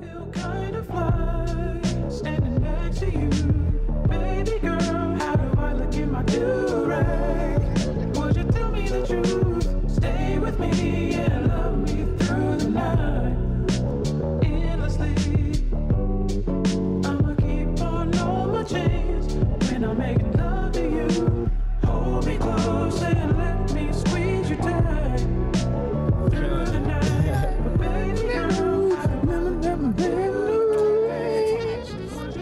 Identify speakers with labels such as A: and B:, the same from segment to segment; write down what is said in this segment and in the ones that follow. A: Feel kind of fly standing next to you, baby girl. How do I look in my do-rag? Would you tell me the truth? Stay with me and love me through the night, endlessly. I'ma keep on all my chains when I'm making love to you. Hold me close and let me squeeze you tight through the night, baby girl. I remember them days.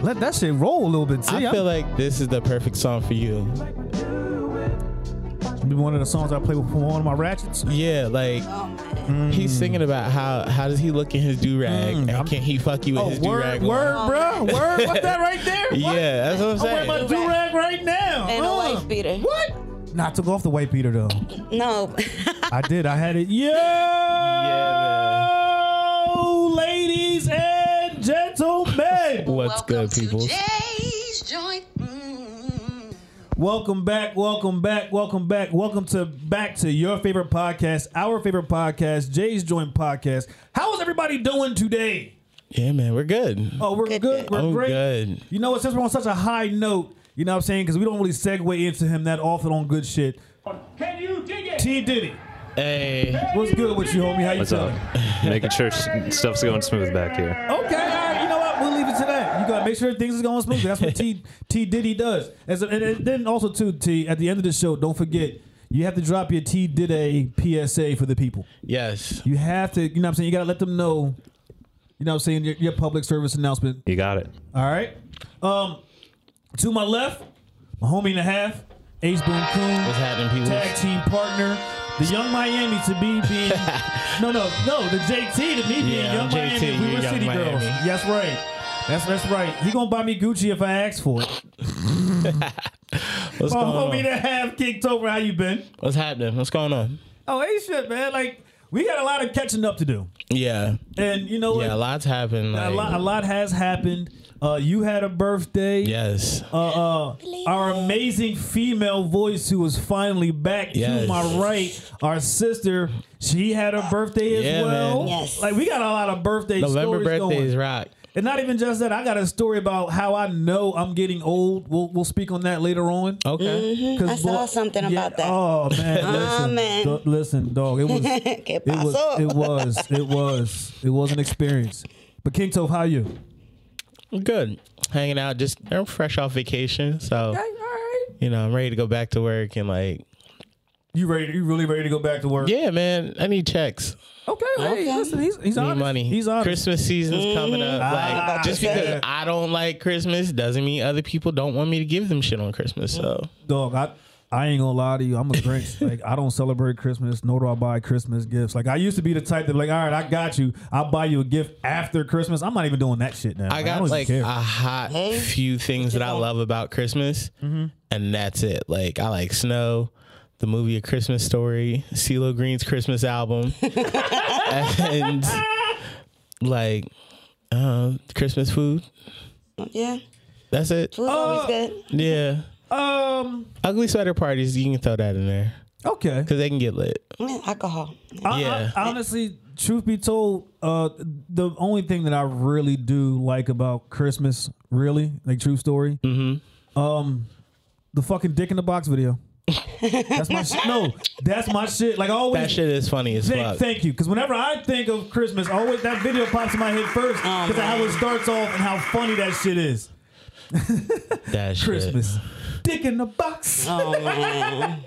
B: Let that shit roll a little bit. See,
C: I feel like this is the perfect song for you.
B: be one of the songs I play with one of my ratchets.
C: Yeah, like
B: Mm.
C: he's singing about how how does he look in his do rag and can he fuck you with his do
B: Oh, word,
C: rag?
B: word, bro, word. Oh, What's that right there? What?
C: Yeah, that's what I'm
B: I'm wearing my
C: saying.
B: do rag right now.
D: And a white beater.
B: What? Nah, I took off the white beater though.
D: No.
B: I did. I had it. Yeah, ladies and gentlemen,
C: What's good, people?
E: Jay's joint. Mm.
B: welcome back, welcome back, welcome back, welcome to back to your favorite podcast, our favorite podcast, Jay's Joint Podcast. How is everybody doing today?
C: Yeah, man, we're good.
B: Oh, we're good.
D: Good, good.
B: We're
C: I'm
B: great.
C: good.
B: You know what? Since we're on such a high note, you know what I'm saying? Because we don't really segue into him that often on good shit.
A: Can you dig it?
B: T Diddy,
C: Hey,
B: what's good with you, homie? How you
F: What's
B: feeling?
F: up? Making sure s- stuff's going smooth back here.
B: Okay, all right, you know what? We'll leave it to that. You gotta make sure things is going smoothly. That's what T T Diddy does. And, so- and- and then also too, T at the end of the show, don't forget you have to drop your T Diddy PSA for the people.
C: yes.
B: You have to, you know what I'm saying? You gotta let them know. You know what I'm saying? Your, your public service announcement.
F: You got it.
B: All right. Um, to my left, my homie and a half, Ace Boom Coon.
C: What's happening,
B: tag
C: people?
B: team partner, the young Miami to be being no no no the JT to me being
C: Yeah,
B: young
C: I'm JT,
B: Miami. We
C: you're
B: were
C: young
B: city
C: Miami.
B: girls. That's right. That's that's right. He gonna buy me Gucci if I ask for it.
C: What's
B: My
C: going
B: homie
C: on?
B: that have kicked over. How you been?
C: What's happening? What's going on?
B: Oh, ain't shit, man. Like we got a lot of catching up to do,
C: Yeah,
B: and you know what?
C: yeah. A lot's happened.
B: a
C: Like,
B: lot, a lot has happened. Uh, you had a birthday.
C: Yes.
B: Uh, uh, our amazing female voice who was finally back to
C: Yes.
B: my right, our sister. She had a birthday as
C: Yeah,
B: well.
C: man.
D: Yes.
B: Like we got a lot of birthday
C: November
B: stories
C: birthdays
B: going.
C: rock.
B: And not even just that, I got a story about how I know I'm getting old. We'll we'll speak on that later on.
C: Oh. Okay.
B: 'Cause
D: I saw something about that.
B: Oh man, listen,
D: man.
B: do- listen, dog. It was it
D: Que
B: was
D: paso?
B: it was it was it was an experience. But King Tove, how you?
C: Good. Hanging out. Just I'm fresh off vacation, so you know I'm ready to go back to work and like
B: You ready? You really ready to go back to work?
C: yeah, man. I need checks.
B: Okay, hey,
D: Okay.
B: listen, he's, he's
C: I need
B: honest.
C: money.
B: He's honest.
C: Christmas season's coming up.
B: Ah,
C: like just
B: okay.
C: because I don't like Christmas doesn't mean other people don't want me to give them shit on Christmas. So
B: Dog, I, I ain't gonna lie to you. I'm a Grinch. like I don't celebrate Christmas, nor do I buy Christmas gifts. Like I used to be the type that like, all right, I got you. I'll buy you a gift after Christmas. I'm not even doing that shit now.
C: I got
B: don't even
C: like
B: care.
C: a hot few things that I love about Christmas,
B: Mm-hmm.
C: and that's it. Like I like snow, the movie A Christmas Story, CeeLo Green's Christmas album, and like uh, Christmas food.
D: Yeah.
C: That's it.
D: Food's
B: Oh.
D: always good.
C: Yeah,
B: um.
C: ugly sweater parties. You can throw that in there
B: Okay.
C: because they can get lit.
D: Mm, Alcohol.
B: I- I-
D: Uh-uh.
C: Yeah.
B: honestly, truth be told, uh, the only thing that I really do like about Christmas, really, like true story, mm-hmm. um, the fucking dick in the box video. that's my shit. No, that's my shit. Like I always,
C: That shit is funny as
B: Thank,
C: fuck.
B: thank you. Because whenever I think of Christmas, always that video pops in my head first.
D: Oh,
B: Because of how it starts off and how funny that shit is.
C: that shit.
B: Christmas. Dick in the box.
D: Oh man.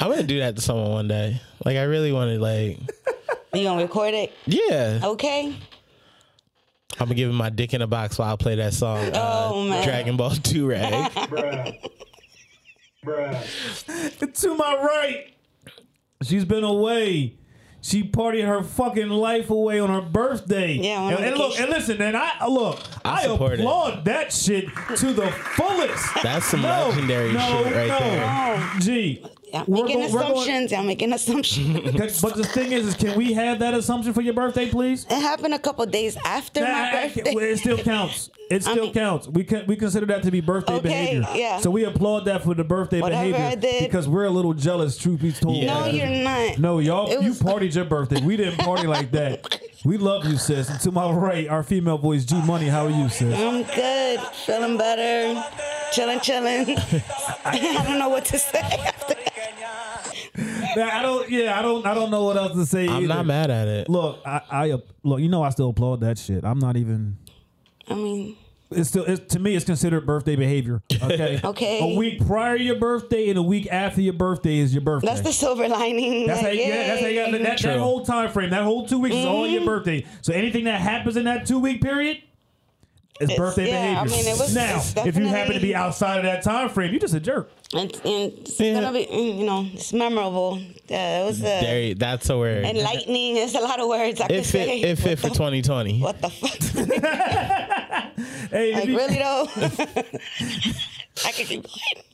C: I'm gonna do that to someone one day. Like I really want to. Like
D: you gonna record it?
C: yeah,
D: Okay.
C: I'm gonna give him my dick in a box while I play that song. Uh,
D: Oh, man.
C: Dragon Ball Two Rag.
B: And to my right, she's been away. She partied her fucking life away on her birthday.
D: Yeah, on
B: and, and look,
D: vacation.
B: and listen, and I uh, look, I,
C: I support it.
B: applaud that shit to the fullest.
C: That's some
B: No,
C: legendary
B: no,
C: shit right
B: no.
C: there.
D: Oh.
B: Gee,
D: Y'all
B: We're
D: making
B: go- we're going-
D: assumptions. Y'all making assumptions.
B: but the thing is, is can we have that assumption for your birthday, please?
D: it happened a couple days after my
B: Nah, I can't-
D: birthday.
B: well, it still counts. It still
D: mean-
B: counts. We can, we consider that to be birthday
D: Okay,
B: behavior.
D: yeah.
B: So we applaud that for the birthday
D: Whatever
B: behavior
D: I did.
B: because we're a little jealous. Truth be told.
C: Yeah.
D: No, you're not.
B: No, y'all,
D: It
B: you
D: was-
B: partied your birthday. We didn't party like that. We love you, sis. And to my right, our female voice, G Money. How are you, sis?
D: I'm good. Feeling better. Chilling, chilling. I don't know what to say after that.
B: Nah, I don't. Yeah, I don't. I don't know what else to say.
C: I'm
B: either.
C: not mad at it.
B: Look, I, I up- look. You know, I still applaud that shit. I'm not even.
D: I mean,
B: It's still it's, to me. It's considered birthday behavior. Okay.
D: Okay.
B: A week prior to your birthday and a week after your birthday is your birthday.
D: that's the silver lining.
B: That's how
D: like,
B: you, yeah, that's how you got
D: yay.
B: that, that
C: True.
B: whole time frame. That whole two weeks is all
D: Mm-hmm.
B: your birthday. So anything that happens in that two week period is birthday
D: yeah, I
B: behavior.
D: mean, it was-
B: now,
D: it's
B: if you happen to
D: definitely-
B: be outside of that time frame, you're just a jerk.
D: And, and it's
C: Yeah.
D: gonna be, mm, you know, it's memorable. Uh, it was
C: There,
D: uh,
C: you- that's a word.
D: enlightening. There's a lot of words I could
C: If
D: say.
C: it, if it for 2020.
D: what the fuck?
B: Hey, if
D: Like
B: you-
D: really though? I could keep going.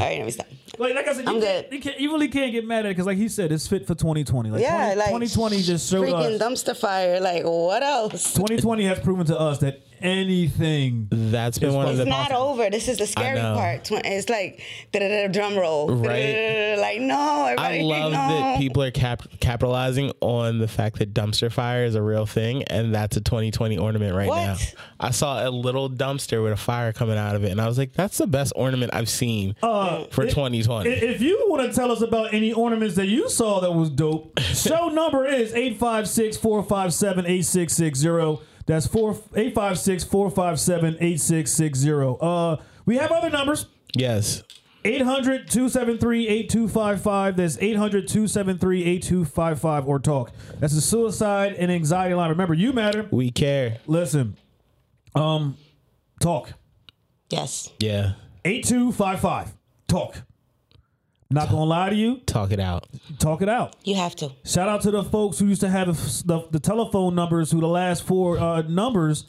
D: All right, let me stop.
B: like, like I said, you,
D: I'm
B: can't,
D: good.
B: you, can't, you really can't get mad at it because, like he said, it's fit for 2020. Like,
D: Yeah,
B: 20,
D: like
B: 2020 just showed us.
D: freaking dumpster fire. Like what else?
B: 2020 has proven to us that anything.
C: That's been one of the
D: It's not over. This is the scary
C: know.
D: part. Tw- It's like da-da-da, drum roll.
C: Right.
D: Da-da-da-da, Like no,
C: I
D: everybody.
C: love
D: no.
C: that people are cap- capitalizing on the fact that dumpster fire is a real thing, and that's a 2020 ornament right
D: What?
C: now. I saw a little dumpster with a fire coming out of it, and I was like, "That's the best ornament I've seen
B: Uh,
C: for 2020."
B: I- If you want to tell us about any ornaments that you saw that was dope, show number is 856 457 8660. That's 856 457 8660. Uh, We have other numbers.
C: yes,
B: 800 273 8255. That's 800 273 8255 or talk. That's the suicide and anxiety line. Remember, you matter.
C: we care.
B: Listen, um, talk.
D: Yes.
C: Yeah,
B: 8255. Talk. Not going to lie to you.
C: talk it out.
B: Talk it out.
D: You have to.
B: Shout out to the folks who used to have the, the, the telephone numbers, who the last four uh, numbers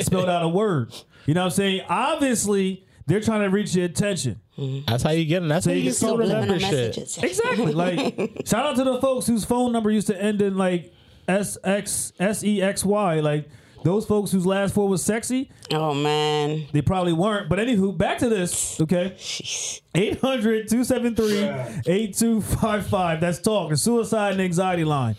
B: spelled out a word. You know what I'm saying? Obviously, they're trying to reach your attention.
C: That's how you get them. That's how
B: you
C: you
B: can
C: get people to
B: subliminal
C: remember shit.
D: messages.
B: Exactly. Like, shout out to the folks whose phone number used to end in like S X S E X Y. Like, those folks whose last four was sexy,
D: Oh man.
B: they probably weren't. But anywho, back to this, okay? 800 273 8255. That's talk. The suicide and anxiety line.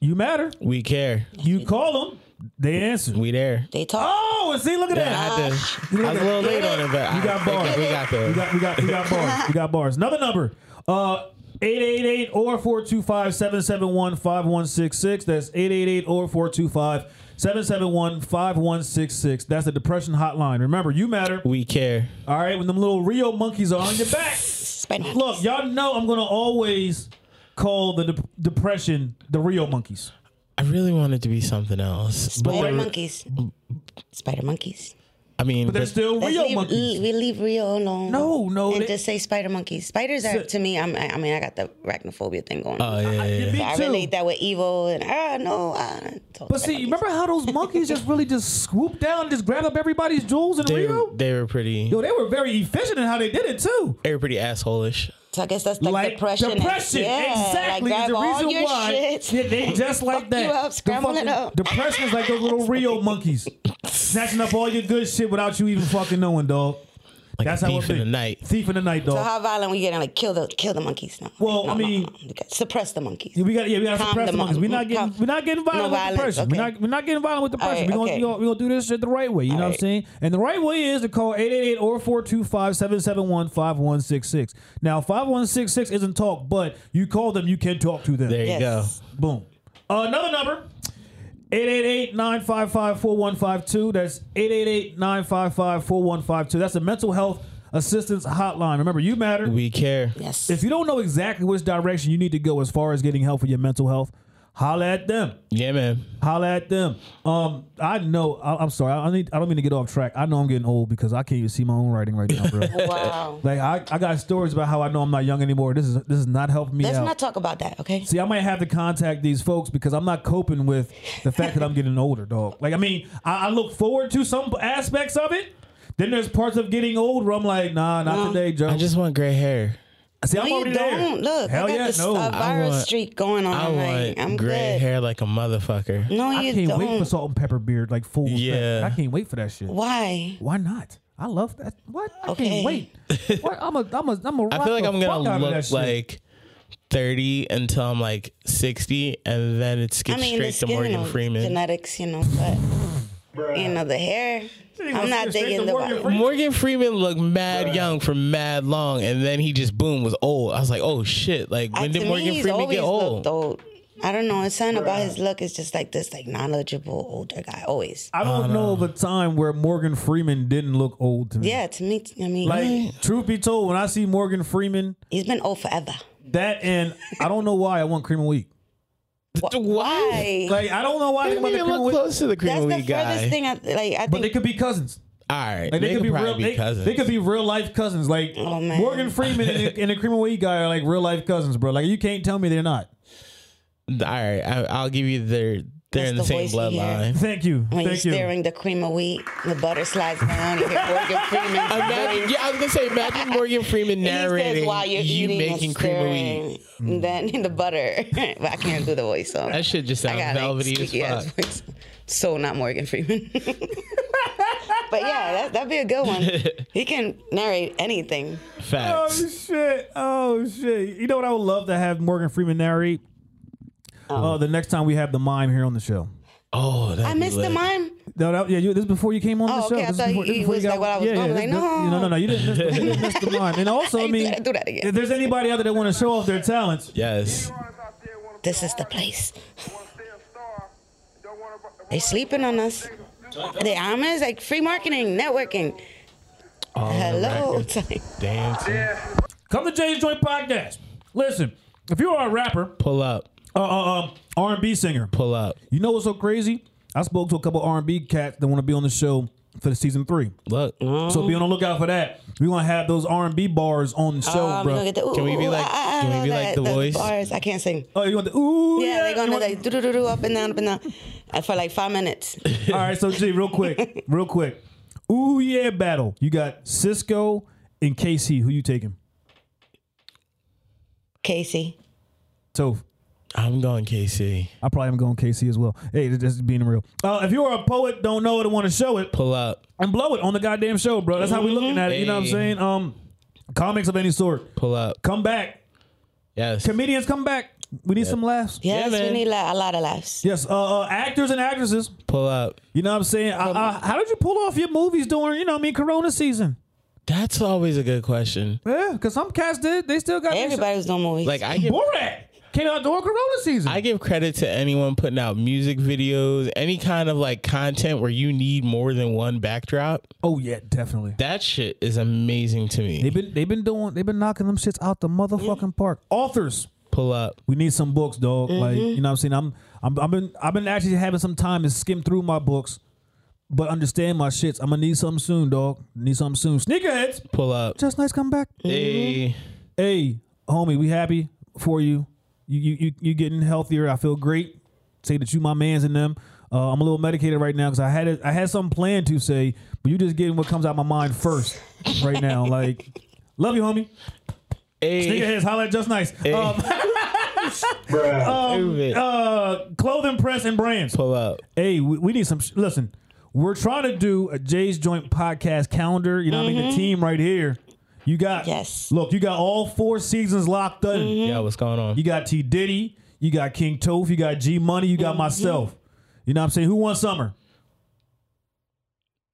B: You matter.
C: We care.
B: You call them, they answer.
C: We there.
D: They talk.
B: Oh, and see, look at
C: I
B: that.
C: had to. I was a little late on it, but
B: You got
C: I,
B: bars.
C: We got
B: We
C: there.
B: got, we got, we got bars. We got bars. Another number. Uh, 888 or 425 771 5166. That's 888 or 425 771 5166. That's the depression hotline. Remember, you matter.
C: We care.
B: All right, when them little Rio monkeys are on your back.
D: Spend
B: Look, y'all know I'm going to always call the de- depression the Rio monkeys.
C: I really want it to be something else, but
D: Spider
C: the-
D: monkeys. Spider monkeys.
C: I mean,
B: But they're
C: but-
B: still
D: Let's
B: Rio
D: leave,
B: monkeys.
D: We leave Rio alone.
B: No, no,
D: And
B: they-
D: just say spider monkeys. Spiders are
B: So-
D: to me. I'm, I I mean, I got the arachnophobia thing going.
C: Oh
D: on.
C: yeah, yeah, yeah.
B: Me
D: I
B: too.
D: relate that with evil and ah no. I don't
B: But see, remember how those monkeys just really just swooped down and just grabbed up everybody's jewels in
C: They,
B: Rio?
C: they were pretty.
B: Yo, they were very efficient in how they did it too.
C: They were pretty asshole-ish.
D: So I guess that's like,
B: like
D: depression. and- yeah,
B: exactly. is
D: Like grab
B: the
D: all
B: reason
D: your
B: why
D: shit.
B: Yeah, they just like
D: Fuck
B: that.
D: you up,
B: The
D: scramble it
B: fucking-
D: up.
B: Depression is like those little Rio monkeys, snatching up all your good shit without you even fucking knowing, dog.
C: Like
B: That's
C: a
B: how it
C: thief in
B: be.
C: the night.
B: Thief in the night, dog.
D: So how violent we getting? Like kill the kill the monkeys. No.
B: Well,
D: no,
B: I
D: no,
B: mean-
D: no. We got- suppress the monkeys.
B: Yeah, we got yeah, we got to
D: Calm
B: suppress the
D: them
B: monkeys.
D: up.
B: We're not getting
D: Calm-
B: we're not getting violent
D: No
B: with
D: violence,
B: depression. We're
D: okay.
B: not we're not getting violent with depression.
D: right,
B: we're gonna
D: okay.
B: we gonna, we gonna do this shit the right way. You know what I'm
D: right.
B: saying? And the right way is to call 888 or 425 771 5166. Now 5166 isn't talk, but you call them, you can talk to them.
C: There you go.
D: Yes.
B: Boom. another number. 888-955-4152. That's 888-955-4152. That's the mental health assistance hotline. Remember, you matter.
C: We care.
D: Yes.
B: If you don't know exactly which direction you need to go as far as getting help for your mental health, holla at them.
C: Yeah, man.
B: Holla at them. Um, I know. I, I'm sorry. I I need. I don't mean to get off track. I know I'm getting old because I can't even see my own writing right now, bro.
D: wow.
B: like I, I got stories about how I know I'm not young anymore. This is this is not helping me
D: Let's
B: out.
D: not talk about that. Okay.
B: See, I might have to contact these folks because I'm not coping with the fact that I'm getting older, dog. Like, I mean, I, I look forward to some aspects of it. Then there's parts of getting old where I'm like, nah, not today, Joe.
C: I just want gray hair.
B: See, I'm
D: No, you
B: already
D: don't.
B: there.
D: Look,
B: hell
D: I got
B: yeah,
D: this
B: no.
D: uh, virus
C: want-
D: streak going on.
C: I
D: I'm like,
C: want
D: I'm
C: gray
D: good.
C: hair like a motherfucker.
D: No,
B: I
D: you
B: can't
D: don't.
B: wait for salt and pepper beard, like full. effect.
C: Yeah.
B: I can't wait for that shit.
D: Why?
B: Why not? I love that. What? I
D: Okay.
B: can't wait. what? I'm a, I'm a, I'm a.
C: I feel like I'm gonna
B: out of that
C: look
B: shit.
C: like thirty until I'm like sixty, and then it
D: I
C: skips
D: mean,
C: straight to
D: the skin, you
C: Morgan
D: know,
C: Freeman.
D: genetics, you know, but you know the hair. I'm not digging the white.
C: Morgan Freeman looked mad young for mad long, and then he just boom was old. I was like, oh shit! Like
D: I-
C: when
D: Uh, to
C: did
D: me,
C: Morgan
D: he's
C: Freeman
D: always
C: get old?
D: looked old. I don't know. It's something about his look. It's just like this, like knowledgeable older guy. Always.
B: I don't know of a time where Morgan Freeman didn't look old to me.
D: Yeah, to me, I mean,
B: Like, truth be told, when I see Morgan Freeman,
D: he's been old forever.
B: that and I don't know why I want cream of wheat.
D: Wh-
C: Why?
B: Like, I don't know why I
C: Didn't
B: want the
C: even
B: cream of
C: look
B: wheat.
C: close to the cream
D: That's
C: of
D: the
C: wheat
D: furthest
C: guy.
D: thing. I, like, I
B: But they
D: think
B: could be cousins.
C: All right,
B: Like, they, could be
C: probably
B: real.
C: be
B: They,
C: cousins.
B: they could be real life cousins. Like
D: Oh, man.
B: Morgan Freeman and the, and the cream of wheat guy are like real life cousins, bro. Like you can't tell me they're not.
C: All right, I, I'll give you their. They're
D: That's
C: in the,
D: the
C: same
D: voice you hear.
C: bloodline.
B: Thank you.
D: when you're
B: Thank you.
D: stirring the cream of wheat, the butter slides down. You hear Morgan Freeman's
C: Imagine,
D: voice.
C: yeah, I was gonna say, imagine Morgan Freeman
D: He says
C: narrating
D: while you're
C: you
D: eating
C: making
D: and
C: cream of wheat. Mm.
D: stirring, and then in the butter. but I can't do the voice. So
C: That shit just
D: I
C: sounds
D: got
C: velvety as
D: squeaky ass
C: fuck.
D: voice. So not Morgan Freeman. but yeah, that, that'd be a good one. He can narrate anything.
C: Facts.
B: Oh shit! Oh shit! You know what I would love to have Morgan Freeman narrate?
D: Oh.
B: Uh, the next time we have the mime here on the show.
C: Oh,
D: I missed the mime.
B: No, that, yeah, you, this is before you came on
D: Oh,
B: the show.
D: okay,
B: This
D: I
B: is
D: thought
B: before-
D: you-
B: before
D: you was like, what I was doing.
B: this-
D: Like,
B: this- you know, no,
D: no.
B: no, you didn't miss the, you didn't miss the mime. And also, I
D: You
B: mean,
D: gotta do that again.
B: if there's anybody out there that want to show off their talents,
C: Yes.
D: This is the place. They sleeping on us. The armor is like free marketing, networking. Hello.
C: Damn.
B: come to Jay's Joint Podcast. Listen, if you are a rapper,
C: Pull up.
B: uh, uh, uh, R&B singer,
C: Pull up.
B: You know what's so crazy? I spoke to a couple R&B cats that want to be on the show for the season three.
C: Look.
B: So be on the lookout for that. We want to have those R&B bars on the show,
D: Um,
B: bro.
D: look at the-
C: Oh, Can we be
D: ooh,
C: like-
D: ah, ah,
C: can we
D: ah,
C: be like The Voice?
D: bars. I can't sing.
B: oh, you want the ooh?
D: Yeah, they're
B: you
D: gonna
B: want
D: like do do do do up and down up and down uh, for like five minutes.
B: the- All right, so G, real quick, real quick. Ooh yeah, battle. You got Cisco and KC. Who you taking?
D: Casey,
B: So
C: I'm going KC.
B: I probably am going KC as well. Hey, that's just being real. Uh, if you're a poet, don't know it, and want to show it,
C: Pull up.
B: and blow it on the goddamn show, bro. That's how we looking at it. You know what I'm
C: Hey.
B: saying? Um, comics of any sort,
C: Pull up.
B: come back.
C: Yes.
B: comedians come back. We need some laughs.
D: yes,
C: man.
D: we need like, a lot of laughs.
B: Yes, uh, uh, actors and actresses.
C: Pull up.
B: You know what I'm saying? I, I, how did you pull off your movies during, you know, what I mean, Corona season?
C: That's always a good question.
B: Yeah, because some cats did. They still got their shit.
D: Everybody was doing movies.
C: Like I give
B: Borat came out during Corona season.
C: I give credit to anyone putting out music videos, any kind of like content where you need more than one backdrop.
B: oh yeah, definitely.
C: That shit is amazing to me.
B: They've been they've been doing they've been knocking them shits out the motherfucking park. Authors,
C: Pull up.
B: we need some books, dog. Like you know what I'm saying? I'm I'm I've been I've been actually having some time to skim through my books, but understand my shits. I'm gonna need something soon, dog. Need something soon. Sneakerheads,
C: Pull up.
B: just nice come back.
C: Hey.
B: hey, homie, we happy for you. You you you, you getting healthier. I feel great. Say that you my man's in them. Uh, I'm a little medicated right now because I had it, I had something planned to say, but you just getting what comes out my mind first right now. Like, love you, homie. Nigga
C: Hey.
B: heads, holla at just nice. Um,
C: Move it.
B: uh, clothing press and brands.
C: Pull up.
B: Hey, we, we need some. Sh- listen, we're trying to do a Jay's Joint podcast calendar. You know what I
C: Mm-hmm.
B: mean? The team right here. You got
D: Yes.
B: Look, you got all four seasons locked in.
C: Yeah, what's going on?
B: Mm-hmm. You got T Diddy. You got King Toph. You got G Money. You got myself. You know what I'm saying? Who won summer?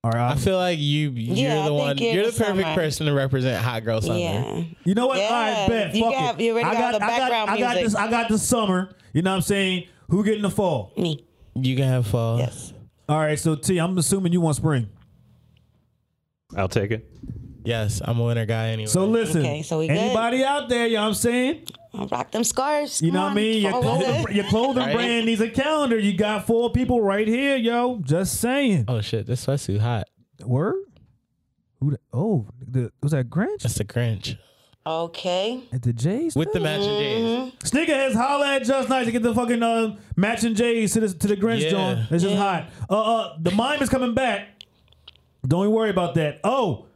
B: All right.
C: I feel like you you're
D: Yeah, I
C: the
D: think
C: one
D: you're
C: you're the
D: the
C: perfect
D: summer.
C: person to represent hot girl summer.
D: yeah,
B: you know what? All right,
D: Yeah,
B: bet.
D: you
B: Fuck
D: got-
B: it.
D: you already
B: I
D: got the background
B: I got, I got
D: music.
B: this. I got the summer. You know what I'm saying? Who getting the fall?
D: me.
C: You can have fall.
D: Yes,
B: All right. So T, I'm assuming you want spring.
F: I'll take it.
C: Yes, I'm a winter guy anyway.
B: So listen,
D: Okay, so we good.
B: anybody out there, you know what I'm saying?
D: I'll rock them scarves.
B: You
D: Come
B: know what I
D: on,
B: mean? Your
D: forward.
B: clothing, your clothing
C: Right.
B: brand needs a calendar. You got four people right here, yo. Just saying.
C: oh shit, this sweatsuit hot.
B: Word? Who? The, oh, the, was that Grinch?
C: That's the Grinch
D: Okay,
B: At the J's?
C: with the matching
D: Mm-hmm.
C: J's.
B: Sneakerheads, holla at Just Nice to get the fucking uh, matching J's to, this, to the Grinch
C: Yeah.
B: joint. It's just hot. Uh, uh, the mime is coming back. Don't even worry about that. Oh,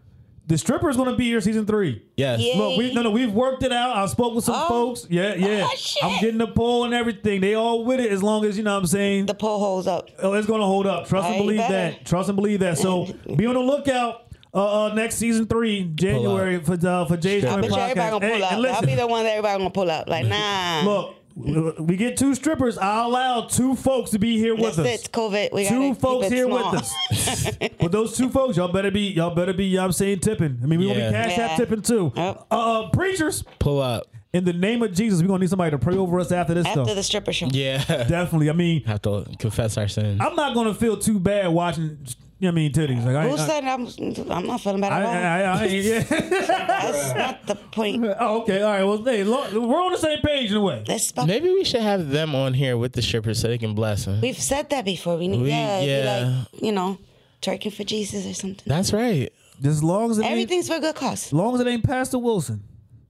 B: the stripper is going to be here season three.
C: Yes.
D: Yeah.
B: Look, we, no, no, we've worked it out. I spoke with some
D: Oh.
B: folks. Yeah, yeah.
D: Oh, shit.
B: I'm getting the poll and everything. They all with it as long as, you know what I'm saying?
D: the pole holds up.
B: Oh, it's gonna hold up. Trust and
D: Alright,
B: believe
D: better.
B: that. Trust and believe that. So be on the lookout. Uh, uh, next season three, January for uh, for Jay's
C: I
B: Corner
D: Bet you
B: podcast.
D: everybody gonna pull
B: Hey,
D: up.
B: and
D: I'll be
B: listen,
D: the one that everybody gonna pull up. Like, nah.
B: look, w- we get two strippers. I allow two folks to be here with
D: that's
B: us.
D: it. It's COVID. We
B: two
D: gotta
B: folks
D: keep it
B: here
D: small.
B: with us. but those two folks, y'all better be, y'all better be, y'all saying tipping. I mean, we gonna
C: Yeah.
B: be cash
D: Yeah.
B: app tipping too.
D: Yep.
B: Uh, preachers,
C: Pull up.
B: in the name of Jesus, we gonna need somebody to pray over us after this
D: After
B: though.
D: the stripper show.
C: Yeah.
B: Definitely. I mean,
C: Have to confess our sins.
B: I'm not gonna feel too bad watching. You know what I mean, titties. Like I,
D: Who
B: I,
D: said I'm? I'm not feeling bad
B: I,
D: at all.
B: I, I, I- yeah.
D: That's not the point.
B: oh, okay. All right. Well, hey, lo- we're on the same page in a way.
D: That's about,
C: Maybe we should have them on here with the strippers so they can bless them.
D: we've said that before. We need
C: We-
D: yeah,
C: yeah.
D: Be like, you know, twerking for Jesus or something.
C: That's right.
B: Just as long as it ain't,
D: Everything's for a good cause.
B: as long as it ain't Pastor Wilson.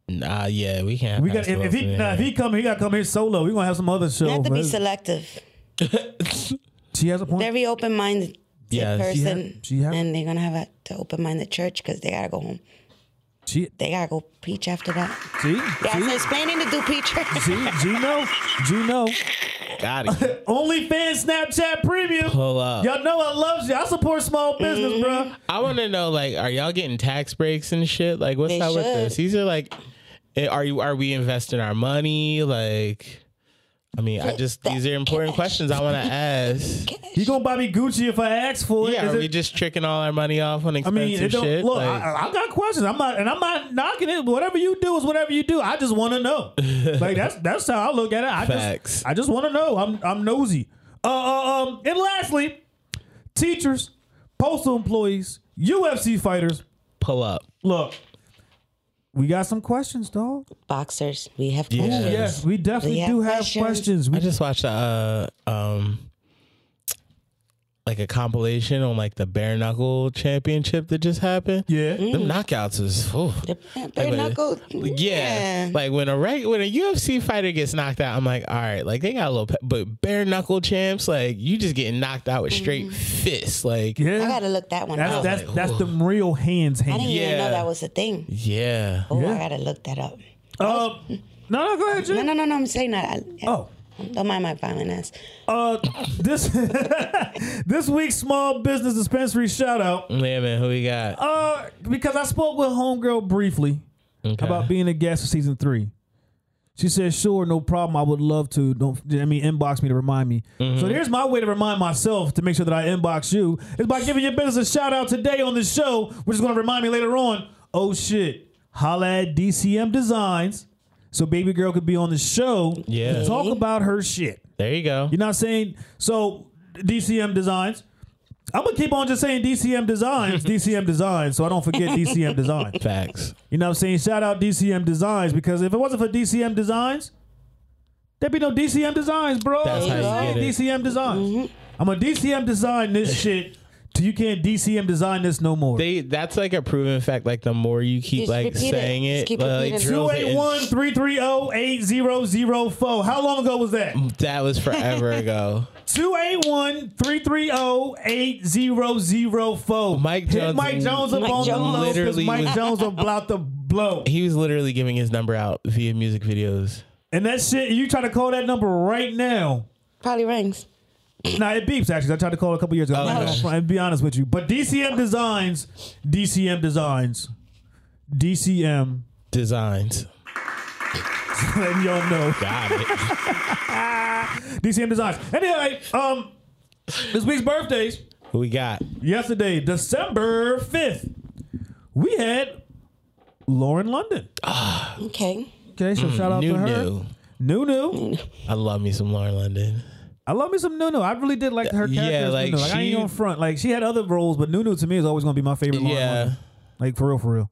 C: Nah, yeah, we can't.
B: We
C: pass
B: got if, if
C: Wilson
B: he
C: in
B: nah, if
C: here.
B: he come he got to come here solo. We gonna have some other show.
D: You have to be
B: man.
D: selective.
B: she has a point.
D: Very open-minded
C: Yeah, she
D: person,
B: have- she have-
D: and they're gonna have a, to open-minded church because they gotta go home.
B: She
D: They gotta go preach after that.
B: see
D: Yeah,
B: see
D: so it's planning to do preacher.
B: see Gino Gino.
C: got it.
B: OnlyFans Snapchat premium.
C: Pull up.
B: Y'all know I love you. I support small business, bruh.
C: I want to know, like, are y'all getting tax breaks and shit? Like, what's
D: They
C: up with
D: should.
C: this? These are like, eh, are you are we investing our money? Like, I mean, I just these are important questions I want to ask.
B: You gonna buy me Gucci if I ask for it?
C: Yeah,
B: Is
C: are
B: it-
C: we just tricking all our money off on
B: I
C: expensive
B: mean, it don't,
C: shit?
B: look,
C: Like,
B: I, I got questions. I'm not, and I'm not knocking it. Whatever you do is whatever you do. I just want to know. like that's that's how I look at it. I
C: Facts.
B: just I just want to know. I'm I'm nosy. Uh, uh, um, and lastly, teachers, postal employees, UFC fighters.
C: pull up.
B: Look, we got some questions, dog.
D: Boxers, we have
C: Yeah.
D: questions.
B: Yes, we definitely
D: We have
B: do have questions.
D: questions.
B: We
C: I just watched a uh, um like a compilation on like the bare knuckle championship that just happened.
B: Yeah.
D: Mm-hmm.
C: them knockouts is. ooh.
D: Yeah, bare
C: Like,
D: knuckle.
C: Yeah. Like when a reg- when a UFC fighter gets knocked out, I'm like, all right, like they got a little, pe- but bare knuckle champs, like you just getting knocked out with
D: Mm-hmm.
C: straight fists, like yeah,
B: yeah.
D: I gotta look that one
B: that's
D: up.
B: that's
C: like,
B: that's the real hands
D: I didn't
B: hand.
D: even
C: Yeah.
D: know that was a thing.
C: yeah.
D: Oh,
B: Yeah.
D: I gotta look that up.
B: Uh, no, no, go ahead,
D: No,
B: Jim.
D: no, no, no. I'm saying that. I,
B: Oh.
D: Don't mind my violent ass.
B: Uh, this this week's small business dispensary shout out.
C: man, who we
D: Oh.
C: got?
B: Uh, because I spoke with homegirl briefly
C: Okay.
B: about being a guest for season three. She said, "Sure, no problem. I would love to. Don't I mean inbox me to remind me."
C: Mm-hmm.
B: So here's my way to remind myself to make sure that I inbox you is by giving your business a shout out today on the show, which is going to remind me later on. Oh shit! Holla at DCM Designs, so baby girl could be on the show.
C: Yeah.
B: to talk about her shit.
C: there you go.
B: You're not saying so DCM designs. I'm gonna keep on just saying DCM designs, DCM designs, so I don't forget DCM designs.
C: Facts.
B: You know what I'm saying? Shout out DCM designs because if it wasn't for DCM designs, there'd be no DCM designs, bro.
C: That's how you
B: I'm
C: get it. Mm-hmm.
B: DCM designs. I'm a DCM design this shit till you can't DCM design this no more.
C: They that's like a proven fact. Like the more you keep
D: Just
C: like
D: repeat it.
C: saying
D: Just
C: it,
D: keep
C: like
D: repeating it.
C: drills it in.
B: 281-330-8004. How long ago was that?
C: That was forever ago.
B: oh, 281-330-8004.
C: Mike
B: Hit
C: Jones-
B: Mike Jones up
D: Mike
B: on
D: Jones.
B: the low because
C: Literally
B: Mike
C: was-
B: Jones about to blow.
C: He was literally giving his number out via music videos.
B: And that shit, you try to call that number right now.
D: Probably rings.
B: Nah, it beeps actually. I tried to call it a couple years ago.
C: Oh,
B: I'm not
C: okay.
B: gonna be honest with you. But DCM Designs, DCM Designs, DCM,
C: Designs.
B: letting y'all know.
C: Got it.
B: DCM Designs. Anyway, um, this week's birthdays.
C: who we got?
B: Yesterday, December 5th, we had Lauren London.
D: Okay.
B: Okay, so shout out
C: New
B: to her.
C: new.
B: Nunu.
C: I love me some Lauren London.
B: I love me some Nunu. I really did like her character
C: Yeah,
B: as
C: like,
B: Nunu. Like I ain't
C: she-
B: on front. Like she had other roles, but Nunu to me is always gonna be my favorite. Lauren
C: Yeah.
B: London. Like for real, for real.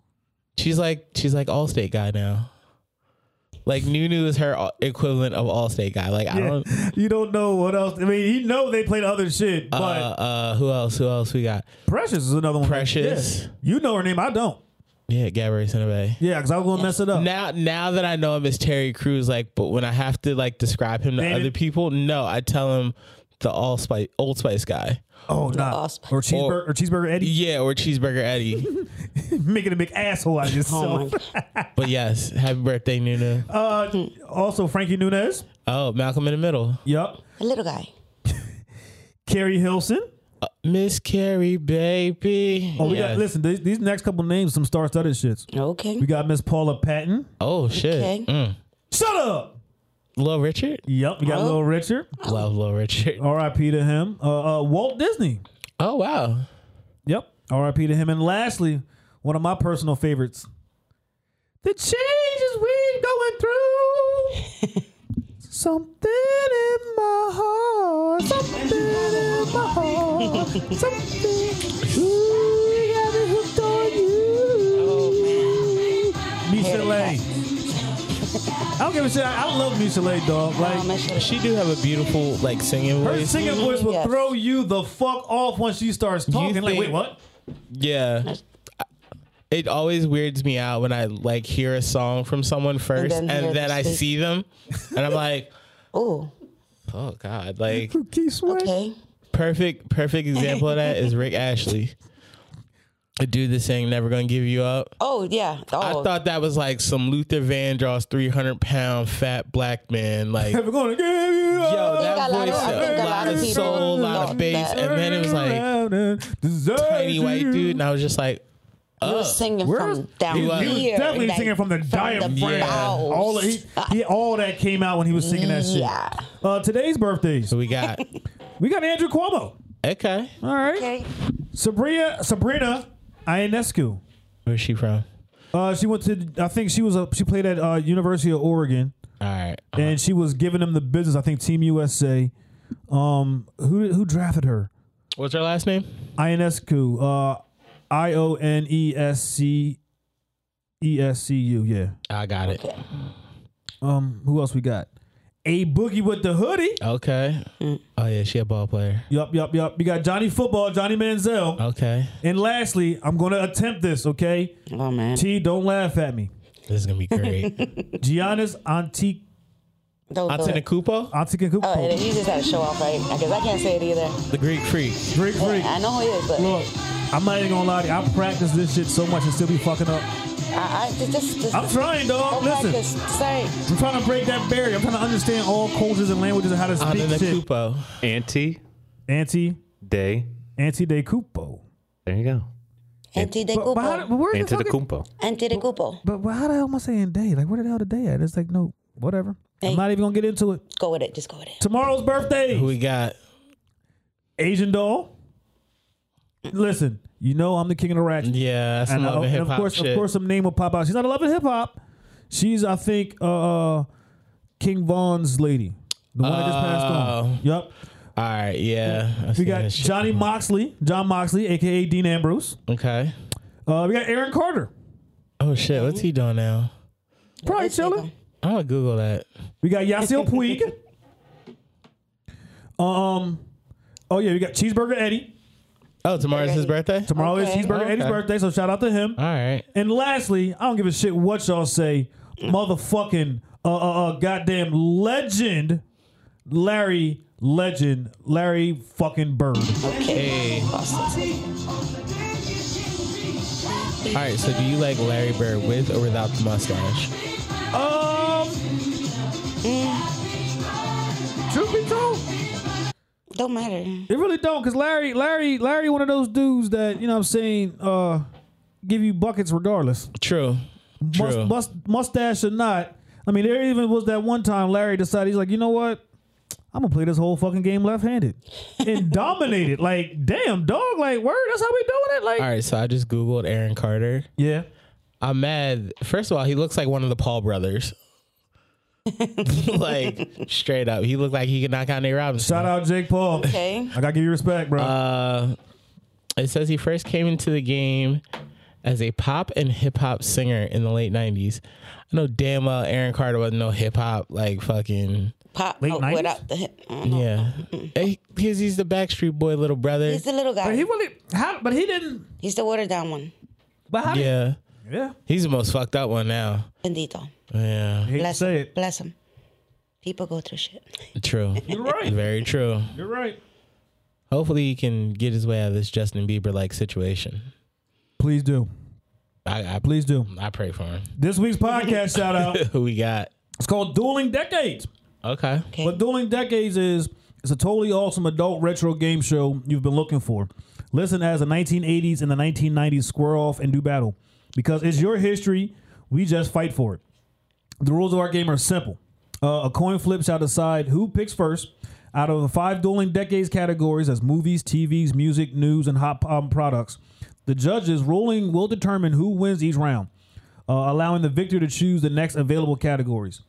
C: She's like she's like Allstate guy now. Like Nunu is her all- equivalent of Allstate guy. Like I don't. uh,
B: You don't know what else. I mean, you know they played other shit,
C: Uh,
B: but
C: uh, who else? Who else we got?
B: Precious is another one.
C: Precious.
B: Yeah. You know her name. I don't.
C: Yeah, Gabrielle Cinebay.
B: Yeah, because I was gonna mess it up.
C: Now, now that I know him as Terry Crews, like, but when I have to like describe him to
B: Then-
C: other people, no, I tell him the All Spice, Old Spice guy.
B: oh, nah.
D: Awesome.
B: Or cheeseburger, or, cheeseburger Eddie
C: Yeah, or Cheeseburger Eddie.
B: making a big asshole out of
D: Oh
B: yourself.
C: but yes, happy birthday, Nunu.
B: uh, also, Frankie Nunez.
C: Oh, Malcolm in the Middle.
B: Yep.
D: A little guy.
B: Carrie Hilson.
C: Uh, Miss Carrie, baby.
B: Oh, we
C: Yes.
B: got, listen, these, these next couple names, some star studded shits.
D: Okay.
B: We got Miss Paula Patton.
C: Oh shit.
D: Okay.
C: Mm.
B: Shut up.
C: Lil Richard.
B: Yep, we got
D: Oh.
B: Little Richard.
C: Love Lil Richard.
B: R.I.P. to him. Uh, uh, Walt Disney.
C: Oh wow.
B: Yep. R.I.P. to him. And lastly, one of my personal favorites. The changes we going through. Something in my heart. Something in my heart. Something. Ooh, got me hooked on you. Misha Lay. I don't give a shit. I, I love Misha Lay, dog.
D: Oh,
B: Like,
D: my shit.
C: She do have a beautiful like singing
B: her
C: voice.
B: singing voice will
D: Yes.
B: throw you the fuck off once she starts talking. like,
C: think-
B: wait, what?
C: Yeah. It always weirds me out when I like hear a song from someone first and
D: then
C: then,
D: hear them
C: I
D: speak.
C: see them and I'm like,
D: Oh,
C: oh God. Like
B: Keep sweating.
D: okay.
C: perfect perfect example of that is Rick Ashley. The dude that's saying never gonna give you up.
D: Oh, yeah. Oh,
C: I thought that was like some Luther Vandross three hundred pound fat black man like
B: Never gonna give you up.
C: Yo,
D: I
C: that
D: think a lot
C: voice,
D: of- I
C: a
D: think
C: lot, of
D: people
C: soul, a lot of
D: love
C: bass,
D: that.
C: and then it was like tiny white dude, and I was just like,
D: he
B: uh,
D: was singing
B: Where's-
D: from down
C: He was-
D: here.
C: he was
B: Definitely
D: like,
B: singing from the diaphragm.
C: Yeah.
D: bowels.
B: All that- he, he- all that came out when he was singing that shit.
D: Yeah.
B: Uh, today's birthdays.
C: we got
B: We got Andrew Cuomo.
C: okay.
B: All right.
D: Okay.
B: Sabrina Sabrina Ionescu.
C: Where's she from?
B: Uh, she went to. I think she was a. She played at uh, University of Oregon,
C: All right,
B: and she was giving them the business. I think Team USA. Um, who who drafted her?
C: what's her last name?
B: Ionescu. Uh, I O N E S C E S C U. Yeah.
C: I got it.
B: Um, who else we got? A Boogie with the hoodie.
C: Okay. Oh yeah, she a ball player.
B: Yup, yup, yup. You got Johnny Football, Johnny Manziel.
C: Okay,
B: And lastly, I'm gonna attempt this, okay?
D: Oh, man.
B: T, don't laugh at me.
C: this is gonna be great.
B: Giannis Antique
D: Don't do it.
C: Antetokounmpo,
B: Antetokounmpo.
D: Oh, and then you just had to show off, right? Because I can't say it either.
C: the Greek freak.
B: Freak, freak.
D: I know who he is, but
B: Look, I'm not even gonna lie to you. I practice this shit so much and still be fucking up.
D: I, I just, just, just
B: I'm trying, dog.
D: go
B: Listen,
D: practice. Sorry.
B: I'm trying to break that barrier. I'm trying to understand all cultures and languages and how to speak shit.
C: Antetokounmpo.
F: Anti
B: Anti,
F: day.
B: anti de cupo.
F: There you go.
D: Anti de
B: But, but, how, but
D: cupo.
B: where the
F: Anti the
B: fucking-
F: Kumpo.
D: Anti de cupo.
B: But why- how the hell am I saying day? Like, where the hell the day at? It's like, no, whatever. I'm
D: Hey.
B: not even gonna get into it.
D: Go with it. Just go with it.
B: Tomorrow's birthday,
C: Who we got?
B: Asian doll. Listen, you know I'm the king of the ratchet,
C: Yeah, that's some
B: and, I-
C: love and
B: and
C: hip
B: of
C: hop
B: course,
C: shit.
B: of course, some name will pop out. She's not a loving hip hop. She's, I think, uh, King Vaughn's lady, the one that just passed on.
C: Oh.
B: Yep.
C: All right, yeah. I see
B: We got
C: that shit.
B: Johnny Moxley, John Moxley, aka Dean Ambrose.
C: Okay.
B: Uh, we got Aaron Carter,
C: Oh shit, what's he doing now?
B: probably
D: Let's take
B: chilling.
D: him.
C: I'm gonna Google that.
B: We got Yasiel Puig. um, oh yeah, we got Cheeseburger Eddie.
C: Oh, tomorrow's his birthday.
B: Tomorrow is
D: Okay.
B: Cheeseburger Eddie's
C: Okay.
B: birthday, so shout out to him.
C: All right.
B: And lastly, I don't give a shit what y'all say, motherfucking uh, uh, uh goddamn legend, Larry Legend, Larry fucking Bird.
C: Hey. All right. So, do you like Larry Bird with or without the mustache?
B: Um, truth be told,
D: Don't matter.
B: It really don't, cause Larry, Larry, Larry, one of those dudes that you know what I'm saying, uh, give you buckets regardless,
C: True. True.
B: must, must, mustache or not. I mean, there even was that one time Larry decided he's like, you know what, I'm gonna play this whole fucking game left-handed and dominate it. Like, damn, dog, like, word, that's how we doing it. Like,
C: All right. So, I just googled Aaron Carter.
B: yeah,
C: I'm mad. First of all, he looks like one of the Paul brothers. like straight up, he looked like he could knock out Nate Robinson.
B: shout out Jake Paul.
D: Okay.
B: I gotta give you respect, bro.
C: Uh, it says he first came into the game as a pop and hip hop singer in the late '90s. I know damn well Aaron Carter wasn't no hip hop like fucking
D: Pop.
B: Late
D: oh,
B: 90s?
D: without the hip. I don't know.
C: yeah. Because he's the Backstreet Boy little brother.
D: He's the little guy.
B: but he really, how, but he didn't.
D: He's the watered down one.
B: But how? did-
C: yeah,
B: yeah.
C: he's the most fucked up one now.
D: Bendito.
B: Hate
C: Yeah,
B: to
D: Bless him.
B: say it.
D: Bless him. People go through shit.
C: true.
B: You're right.
C: Very true.
B: You're right.
C: Hopefully he can get his way out of this Justin Bieber like situation.
B: Please do.
C: I, I
B: Please do.
C: I pray for him.
B: This week's podcast shout out.
C: Who we got?
B: It's called Dueling Decades.
C: Okay.
D: Okay.
B: What Dueling Decades is, it's It's a totally awesome adult retro game show you've been looking for. Listen as the 1980s and the 1990s square off and do battle. Because it's your history, we just fight for it. The rules of our game are simple. Uh, a coin flip shall decide who picks first out of the five dueling decades categories as movies, TVs, music, news, and hot um, products. The judges' ruling will determine who wins each round, uh, allowing the victor to choose the next available categories.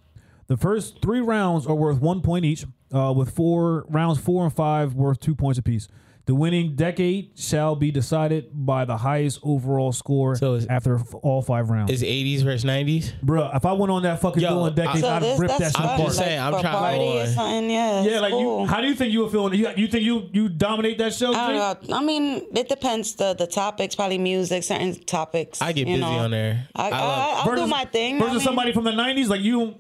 B: The first three rounds are worth one point each, uh, with four rounds four and five worth two points apiece. The winning decade shall be decided by the highest overall score
C: So is-
B: after f- all five rounds.
C: Is 80s versus 90s?
B: Bruh, if I went on that fucking
C: Yo,
B: dueling decade,
D: So
B: I'd
D: this,
B: rip that
D: that's
B: shit
D: fun.
C: I'm
B: apart.
C: just saying, I'm
D: like, for
C: trying to
D: party or
C: hold.
D: something. Yeah,
B: Yeah,
D: it's
B: like
D: cool.
B: you. How do you think you would feel? You, you think you you dominate that show?
D: I
B: Jake?
D: don't know. I mean, it depends. The the topics, probably music, certain topics.
C: I get
D: you
C: busy
D: know.
C: on there.
D: I, I,
C: I love-
D: I, will do my thing. I
B: Versus
D: mean,
B: somebody from the '90s, like you,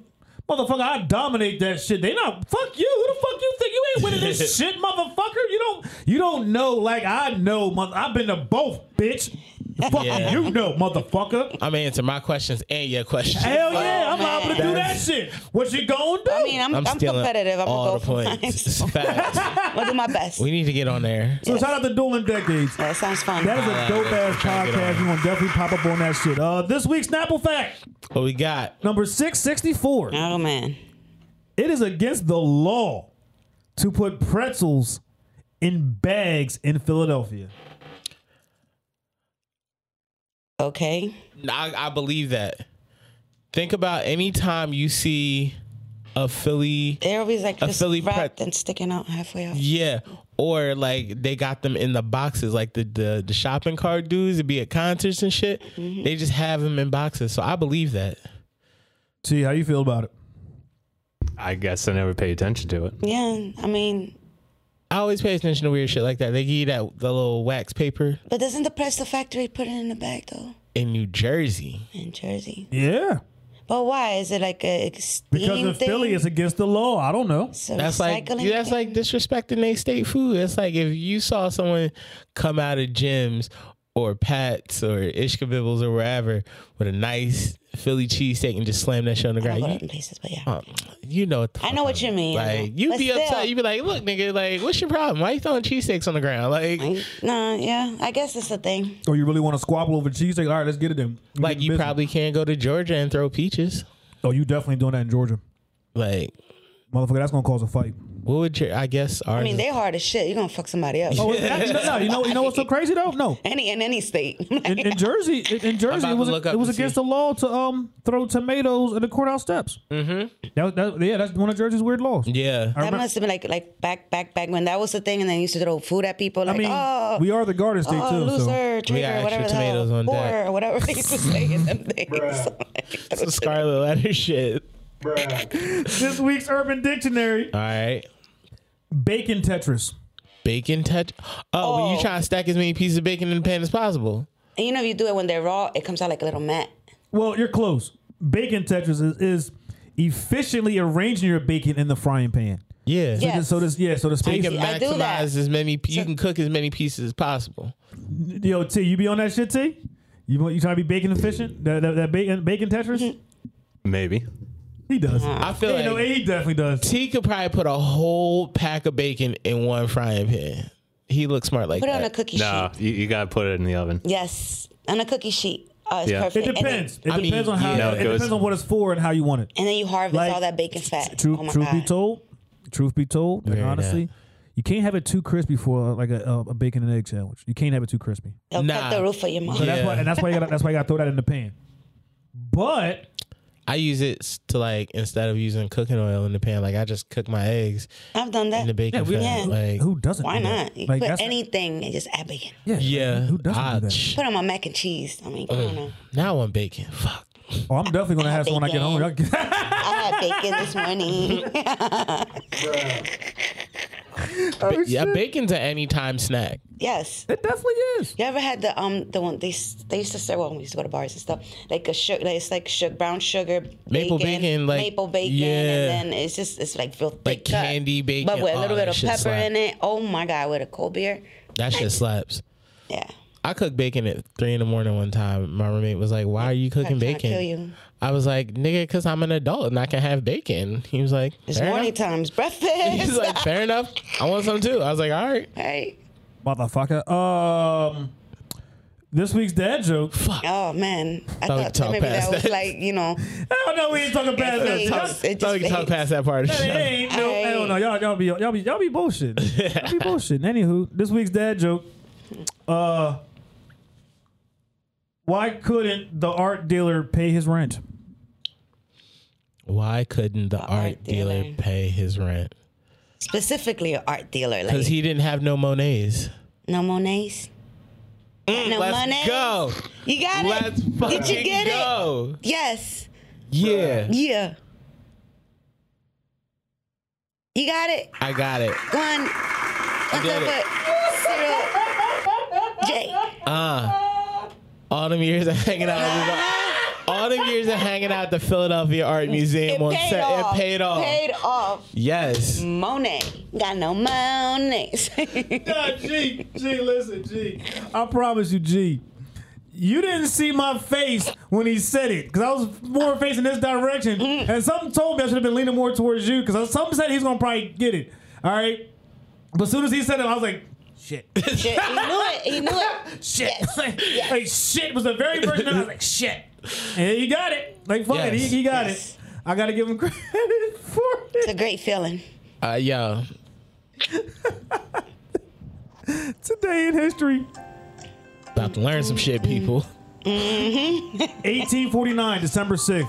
B: motherfucker. I dominate that shit. They not fuck you. Who the fuck you think you ain't winning this shit, motherfucker? You don't you don't know like I know. Mother, I've been to both, bitch. The fuck
C: Yeah.
B: you know, motherfucker.
C: I'm answering my questions and your questions.
B: Hell yeah, I'm
D: man.
B: liable to do that shit. What you gonna do?
D: I mean, I'm, I'm,
C: stealing
D: competitive. I'm
C: all
D: gonna go for
C: the
D: mine.
C: points. It's facts.
D: I'm gonna do my best.
C: we need to get on there.
B: so shout out to Dueling Decades.
D: that sounds fun.
B: That is a dope ass
C: trying to get
B: podcast.
C: on.
B: We're gonna definitely pop up on that shit. Uh, this week's Snapple fact
C: What we got?
B: number six sixty four.
D: oh man,
B: It is against the law to put pretzels in bags in Philadelphia.
D: okay.
C: I, I believe that. Think about any time you see a Philly,
D: They're always like
C: A
D: just
C: Philly
D: wrapped
C: pret-
D: and sticking out halfway off.
C: yeah, or like they got them in the boxes, like the the, the shopping cart dudes that be at concerts and shit. They just have them in boxes, so I believe that.
B: See how you feel about it.
F: I guess I never pay attention to it.
D: Yeah, I mean,
C: I always pay attention to weird shit like that. They give you that the little wax paper
D: but doesn't the pretzel factory put it in the bag though?
C: in New Jersey.
D: In Jersey,
B: Yeah,
D: but why is it like a steam
B: because
D: thing?
B: in Philly it's against the law. I don't know.
D: It's a
C: That's like
D: recycling
C: yeah, that's
D: thing?
C: like disrespecting their state food. That's like if you saw someone come out of gyms or Pats or Ishkabibbles or wherever with a nice Philly cheesesteak and just slam that shit on the
D: I don't go to
C: ground.
D: them
C: You,
D: places, but yeah.
C: um, you know what the
D: I
C: fuck
D: know what
C: I'm-
D: you mean.
C: Like you
D: But
C: be
D: still-
C: upset, you be like, look, nigga, like what's your problem? Why you throwing cheesesteaks on the ground? Like
D: Nah, yeah, I guess it's a thing.
B: Or Oh, you really want to squabble over cheesesteak? All right, let's get it then. Get
C: like you
B: busy.
C: probably can't go to Georgia and throw peaches.
B: Oh, you definitely doing that in Georgia,
C: Like
B: motherfucker. That's gonna cause a fight.
C: what would your I guess ours
D: I mean,
C: is-
D: they're hard as shit. You're gonna fuck somebody up.
B: Oh, no, no, you know, you know what's so crazy though? No,
D: Any in any state.
B: in, in Jersey, in, in Jersey,
C: about
B: it was
C: to look up
B: it was
C: and see.
B: against the law to um throw tomatoes at the courthouse steps. Mm-hmm. That, that, yeah, that's one of Jersey's weird laws.
C: yeah.
D: that must have been like like back back back when that was the thing, and then you used to throw food at people. Like,
B: I mean,
D: oh,
B: we are the garden state
D: oh,
B: too.
D: loser,
B: So.
C: got
D: traitor,
C: extra
D: whatever the
C: tomatoes
D: hell,
C: on
D: whore,
C: deck.
D: or whatever they used to say in them days.
C: Some scarlet letter shit.
B: this week's Urban Dictionary:
C: All right.
B: Bacon Tetris.
C: Bacon touch. Oh, when you
D: Oh.
C: try to stack as many pieces of bacon in the pan as possible.
D: and you know, if you do it when they're raw, it comes out like a little mat.
B: Well, you're close. Bacon Tetris is, is efficiently arranging your bacon in the frying pan.
C: Yeah.
D: Yeah.
B: And so this, yeah, so the
C: You
B: space.
C: can
D: I do that.
C: maximize as many. pe- You can cook as many pieces as possible.
B: Yo, T, you be on that shit, T? You want you trying to be bacon efficient? That, that, that bacon, bacon Tetris?
F: Maybe.
B: He does.
C: I feel
B: You know,
C: like
B: he definitely does.
C: T could probably put a whole pack of bacon in one frying pan. He looks smart like
D: Put it on a
C: that.
D: cookie
F: No,
D: sheet.
F: you, you gotta put it in the oven.
D: Yes, on a cookie sheet. Oh, it's
F: Yeah.
B: It
D: perfect. And then-
B: depends. It
C: I mean,
B: depends on how.
C: yeah. No,
B: it
F: it goes-
B: depends on what it's for and how you want it.
D: And then you harvest
B: Like,
D: all that bacon fat.
B: Truth,
D: oh my
B: truth be
D: god.
B: told, truth be told, and
C: Very nice.
B: honestly, you can't have it too crispy for uh, like a, a, a bacon and egg sandwich. You can't have it too crispy.
D: They'll
C: Nah.
D: cut the roof of your mouth.
B: So that's
C: Yeah.
B: why, and that's why you got that's why you got to throw that in the pan. But
C: I use it s- to like instead of using cooking oil in the pan, like I just cook my eggs
D: I've done that.
C: in the bacon
B: we-
C: fat.
D: Yeah.
C: Like
B: who doesn't?
D: Why
B: do that?
D: not? You
B: Like,
D: put
B: that's-
D: anything and just add bacon.
B: Yeah,
C: yeah,
B: Who doesn't
C: I-
B: do that?
C: sh-
D: Put on my mac and cheese. I mean, come on. now.
C: Now I want bacon. Fuck.
B: Oh, I'm definitely gonna have someone I get home.
D: I had bacon this morning.
C: yeah, bacon's an anytime snack.
D: yes.
B: it definitely is.
D: You ever had the um the one they s- they used to serve well we used to go to bars and stuff like a sugar like, it's like sugar, brown sugar
C: Maple bacon, like-
D: maple bacon
C: yeah.
D: and then it's just it's like real thick
C: Like
D: cut.
C: candy bacon.
D: but with a
C: Oh,
D: little
C: that
D: bit of
C: shit
D: pepper
C: slap.
D: in it oh my god with a cold beer
C: That shit slaps.
D: yeah
C: I cooked bacon at three in the morning one time. My roommate was like, "Why are you cooking
D: I'm trying to
C: bacon?"
D: kill you.
C: I was like, nigga, because I'm an adult and I can have bacon. He was like,
D: It's
C: fair enough.
D: morning time's
C: He's
D: breakfast.
C: like, fair enough. I want some too. I was like, all right.
D: hey.
B: Motherfucker. Um, this week's dad joke. Fuck.
D: Oh man, I
C: Thought we
D: thought
C: talked
D: maybe
C: past
D: that was
C: that.
D: like you know.
B: Hell no, we ain't talking bad
D: It
B: jokes.
D: fades. It
C: Thought we
D: just
C: could talk
D: fades.
C: past that part. Of the
B: Hey,
C: show.
B: ain't no, hell no, y'all, y'all be y'all be y'all be bullshit. y'all be bullshit. Anywho, this week's dad joke. Uh, why couldn't the art dealer pay his rent?
C: Why couldn't the art
D: art
C: dealer
D: dealer.
C: pay his rent?
D: Specifically, an art dealer. Like
C: Because he didn't have no Monets.
D: no Monets. no
C: Mm, Let's
D: Monets.
C: go.
D: You got it.
C: Let's fucking
D: Did you get it?
C: go.
D: Yes.
C: Yeah.
D: Yeah. You got it.
C: I got it.
D: Go on. What's
C: did
D: up,
C: it.
D: with Cyril? Jay.
C: Uh, all them years of hanging out with the, all them years of hanging out at the Philadelphia Art Museum on set. It paid off.
D: Paid off.
C: Yes.
D: Monet. Got no Monets.
B: Nah, G, G, listen, G. I promise you, G. You didn't see my face when he said it, because I was more facing this direction. And something told me I should have been leaning more towards you, because something said he's gonna probably get it. All right, but as soon as he said it, I was like, shit,
D: Shit, he knew it. He knew it.
B: shit, like, like, shit was the very first thing I was like, shit. And he got it. Like fuck it, he,
C: Yes.
B: he got
D: Yes.
B: it. I gotta give him credit for
D: It's
B: it.
D: a great feeling.
C: Uh, yo.
B: Today in history,
C: About to learn some shit, people.
B: 1849, December 6th.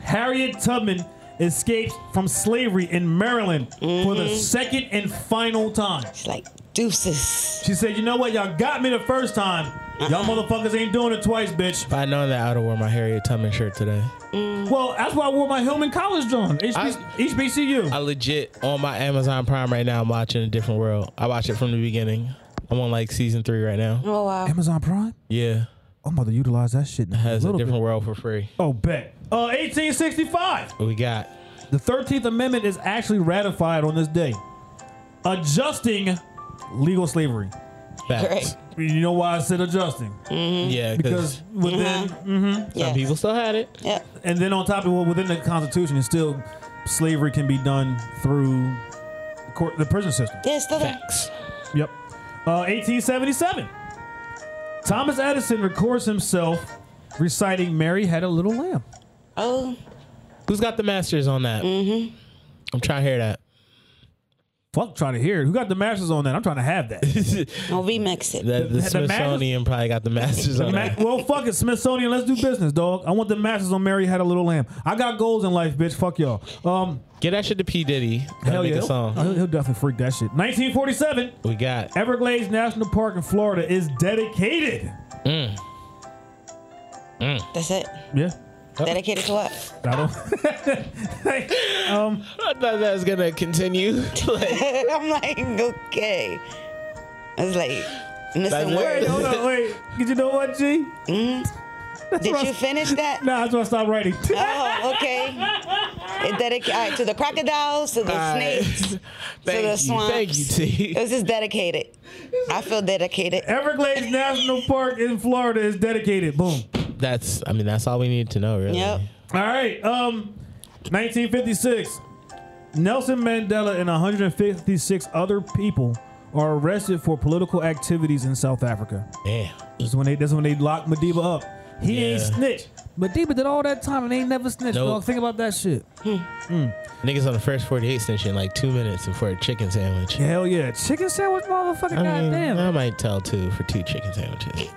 B: Harriet Tubman escapes from slavery in Maryland for
C: Mm-hmm.
B: the second and final time.
D: It's like deuces.
B: She said, You know what? Y'all got me the first time.
C: Uh-uh.
B: Y'all motherfuckers ain't doing it twice, bitch.
C: If I'd known that, I'd have worn my Harriet Tubman shirt today.
B: Well, that's why I wore my Hillman College John. HB-
C: I-
B: HBCU.
C: I legit on my Amazon Prime right now. I'm watching a different world. I watch it from the beginning. I'm on like season three right now.
D: Oh wow.
B: Amazon Prime?
C: Yeah,
B: I'm about to utilize that shit now.
C: has a different world for free.
B: Oh, bet. Uh, 1865.
C: What we got?
B: The 13th Amendment is actually ratified on this day, adjusting legal slavery.
C: Facts.
B: You know why I said adjusting?
C: Yeah,
B: Because
C: because
B: within
D: Mm-hmm. Yeah.
C: some people still had it.
D: Yep.
B: and then on top of well, within the Constitution, it's still slavery can be done through court, the prison system.
D: Yeah, it's still there.
C: Facts.
B: Yep. Uh, 1877. Thomas Edison records himself reciting "Mary Had a Little Lamb."
D: Oh,
C: Who's got the masters on that? Mm-hmm. I'm trying to hear that.
B: Fuck, trying to hear it. Who got the masters on that? I'm trying to have that.
D: I'll remix it.
C: The, the,
B: the
C: Smithsonian probably got the masters on
B: Ma-
C: that.
B: well, fuck it, Smithsonian. Let's do business, dog. I want the masters on "Mary Had a Little Lamb." I got goals in life, bitch. Fuck y'all. Um,
C: Get that shit to P Diddy.
B: hell
C: That'll make
B: yeah, Oh,
C: a song.
B: He'll- he'll definitely freak that shit. 1947.
C: We got
B: Everglades National Park in Florida is dedicated.
D: That's it.
B: Yeah.
C: Oh.
D: Dedicated to what?
B: I don't.
C: I thought that was gonna continue. Like,
D: I'm like, okay. I was like,
C: That's it.
D: missing
B: Hold
D: words.
B: on, wait. Did you know what, G?
D: Did you finish that?
B: Nah, that's why I stopped writing.
D: Oh, okay. It dedicated all right, to the crocodiles, to the
C: all right.
D: snakes.
C: Thank
D: the
C: you. Thank you,
D: swamps.
C: T.
D: It was just dedicated. I feel dedicated.
B: Everglades National Park in Florida is dedicated. Boom.
C: That's I mean that's all we need to know really.
D: Yep.
B: All right. Um, 1956. Nelson Mandela and 156 other people are arrested for political activities in South Africa.
C: Damn.
B: This is when they this is when they locked Madiba up. He ain't
C: Yeah.
B: snitched. Madiba did all that time and ain't never snitched.
C: Nope.
B: Dog, think about that shit.
C: Niggas on the first 48 snitching like two minutes before a chicken sandwich.
B: Hell yeah, chicken sandwich, motherfucking
C: I mean,
B: goddamn.
C: I might tell two for two chicken sandwiches.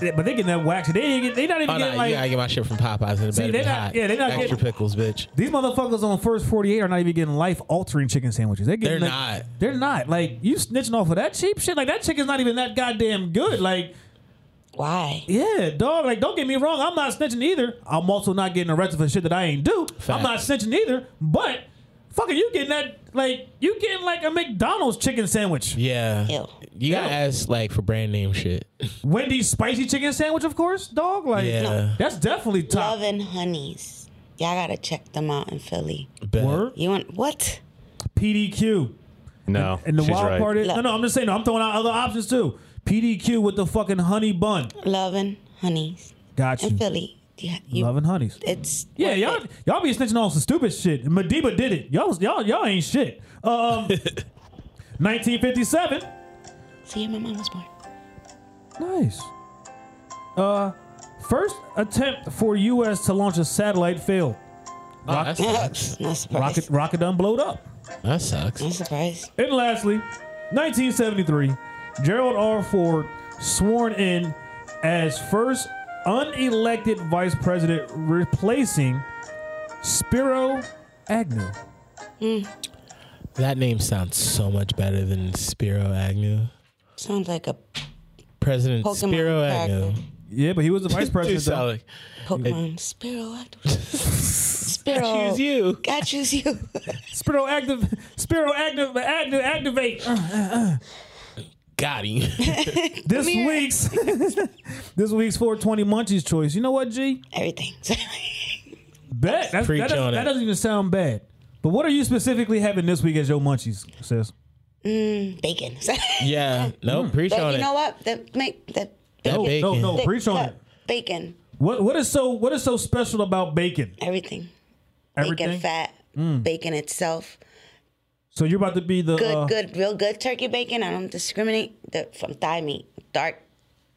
B: Yeah, but they getting that wax. They ain't get, they not even
C: Oh, no,
B: getting
C: you
B: like
C: gotta get my shit from Popeyes. and It better
B: they
C: be
B: not-
C: hot.
B: yeah, they not
C: Extra
B: getting-
C: pickles, bitch.
B: these motherfuckers on first forty eight are not even getting life altering chicken sandwiches. They getting
C: They're
B: like-
C: not.
B: They're not like you snitching off of that cheap shit. Like that chicken's not even that goddamn good. Like
D: Why?
B: yeah, dog. Like don't get me wrong. I'm not snitching either. I'm also not getting arrested for shit that I ain't do. I'm not
C: Facts.
B: snitching either. But fucking you getting that like you getting like a McDonald's chicken sandwich,
C: Yeah.
D: Ew.
C: You gotta
B: Ew.
C: ask like for brand name shit.
B: Wendy's spicy chicken sandwich, of course, dog. Like
C: Yeah.
B: that's definitely top.
D: Love and honeys. Y'all gotta check them out in Philly.
C: Bet.
B: Word?
D: You want what?
B: PDQ.
F: No,
B: And the
F: she's
B: wild
F: right.
B: part is, no,
D: Look.
B: no, I'm just saying, no, I'm throwing out other options too. PDQ with the fucking honey bun.
D: Love and honeys
B: Got
D: in
B: you.
D: Philly. yeah, you,
B: Loving honeys.
D: it's
B: Yeah,
D: worth
B: y'all
D: it.
B: y'all be snitching on some stupid shit. Madiba did it. Y'all was- y'all y'all ain't shit. Um, 1957.
D: So yeah, my mom was born.
B: Nice. Uh, first attempt for U.S. to launch a satellite failed.
C: Oh, that sucks.
D: Not surprised.
B: Rocket rocket done blowed up.
C: That sucks.
D: Not surprised.
B: And lastly, 1973, Gerald R. Ford sworn in as first unelected vice president, replacing Spiro Agnew.
C: That name sounds so much better than Spiro Agnew.
D: Sounds like a
C: President
D: Pokemon
C: Spiro
D: character.
C: Agnew.
B: Yeah, but he was the vice president.
C: Dude, sound
B: though.
C: like,
D: Pokemon Sparrow. Sparrow.
C: I choose you.
D: I choose you.
B: Spiro active. Spiro active. Agnew activate.
C: Got him.
B: This week's this week's 420 Munchies choice. You know what, G?
D: Everything.
B: Bet That's-
C: Preach
B: that, doesn't,
C: on it.
B: that doesn't even sound bad. But what are you specifically having this week as your Munchies? Says
D: Bacon.
C: yeah. No, preach
D: But
C: on
D: you
C: it.
D: know what? That make that.
C: That
D: bacon.
C: bacon.
B: no, no,
D: Thick
B: preach on
D: cut
B: it.
D: Bacon.
B: What what is so what is so special about bacon?
D: Everything.
B: Everything. Mm.
D: Bacon fat. Bacon itself.
B: So you're about to be the
D: Good,
B: uh,
D: good, real good turkey bacon. I don't discriminate the, from thigh meat. Dark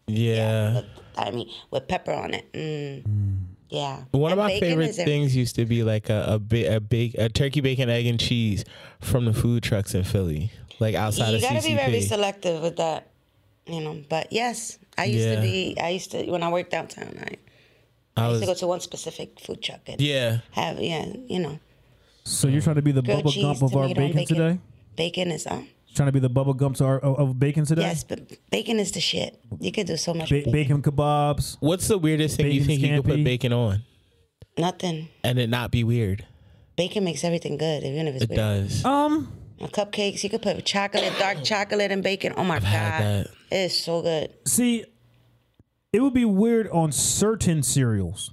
C: Yeah.
D: thigh meat with pepper on it. Mm. Yeah.
C: One of
D: And
C: my
D: bacon
C: favorite
D: is every-
C: things used to be like a a, bi- a big a turkey bacon egg and cheese from the food trucks in Philly, like outside
D: You
C: of
D: gotta
C: CCP.
D: be very selective with that, you know. But yes, I used
C: Yeah.
D: to be. I used to when I worked downtown. I,
C: I
D: I used to go
C: was
D: to one specific food truck and
C: yeah.
D: have yeah, you know,
B: so you're trying to be the
D: grilled
B: Bubba
D: cheese,
B: Gump of our
D: tomato,
B: bacon,
D: bacon.
B: today.
D: bacon is um.
B: Trying to be the Bubba Gump to our, of, of bacon today.
D: Yes, but bacon is the shit. You could do so much.
B: Ba-
D: with bacon.
B: bacon kebabs.
C: What's the weirdest thing you
B: Bacon
C: think you could put
B: scampi.
C: bacon on
D: Nothing.
C: and it not be weird?
D: Bacon makes everything good, even if it's
C: It
D: weird.
C: does.
B: Um,
D: Now, Cupcakes. You could put chocolate, dark chocolate, and bacon. Oh my
C: had
D: god, it is so good.
B: see, it would be weird on certain cereals.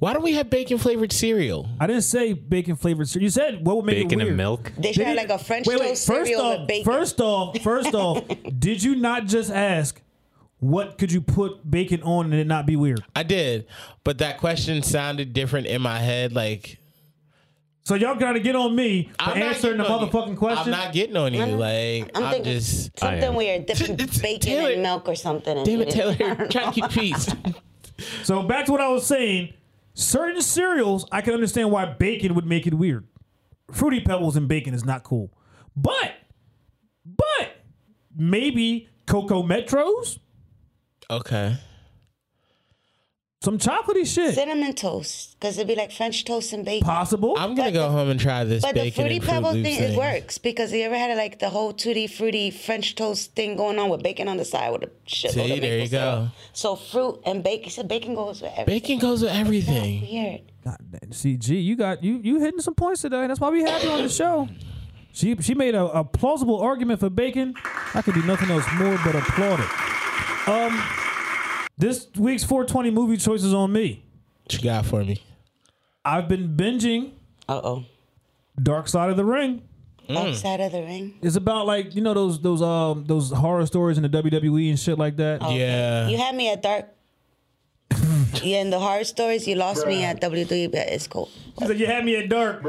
C: Why don't we have bacon flavored cereal?
B: I didn't say bacon flavored cereal. You said what would make
F: Bacon
B: it weird?
F: and milk.
D: They should
B: Did
D: have
B: you-
D: like a French
B: wait, wait,
D: toast
B: first
D: cereal
B: off,
D: with bacon.
B: First off, first off, did you not just ask what could you put bacon on and it not be weird?
C: I did, but that question sounded different in my head. Like
B: So y'all gotta get on me for
C: I'm not
B: answering the
C: getting on you.
B: motherfucking question.
C: I'm not getting on you. Like
D: I'm
C: I'm,
D: thinking
C: just.
F: I
D: something
F: am.
D: weird. Dip
C: It's-
D: bacon
C: Taylor-
D: and milk or something. and
C: Damn it,
D: eat
C: Taylor! Try to keep peace.
B: so back to what I was saying. Certain cereals, I can understand why bacon would make it weird. Fruity Pebbles and bacon is not cool. But, but maybe Coco Metros,
C: okay.
B: some chocolatey shit,
D: cinnamon toast because it'd be like French toast and bacon.
B: possible.
C: I'm gonna go home and try this
D: but the
C: bacon
D: fruity
C: and Fruit
D: pebble
C: Loops
D: thing,
C: thing.
D: it works because you ever had like the whole tutti fruity French toast thing going on with bacon on the side with a shitload
C: See, there
D: of maple
C: you go.
D: syrup. So fruit and bacon, so bacon goes with everything.
C: Bacon goes with everything.
D: Weird.
B: God, See, G, you got you you hitting some points today. That's why we have you on the show. She she made a, a plausible argument for bacon. I could do nothing else more but applaud it. Um, this week's 420 movie choice is on me.
C: What you got for me?
B: I've been binging
D: Uh oh.
B: Dark Side of the Ring.
D: Dark side of the ring.
B: It's about like you know those those um those horror stories in the WWE and shit like
C: Oh.
B: that.
C: Yeah.
D: You had me at dark. yeah, in the horror stories, you lost me at WWE, but it's cool.
B: She's like, you had me at dark.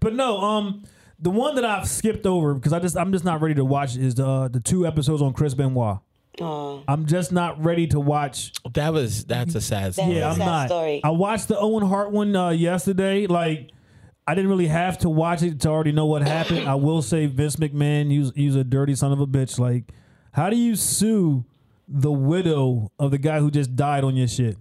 B: but no, um, the one that I've skipped over because I just I'm just not ready to watch is the uh, the two episodes on Chris Benoit.
D: Oh,
B: I'm just not ready to watch.
C: That was that's a sad story.
D: Yeah,
B: Yeah, I'm
D: sad
B: not.
D: story.
B: I watched the Owen Hart one uh, yesterday. Like, I didn't really have to watch it to already know what happened. I will say Vince McMahon, he's, he's a dirty son of a bitch. Like, how do you sue the widow of the guy who just died on your shit?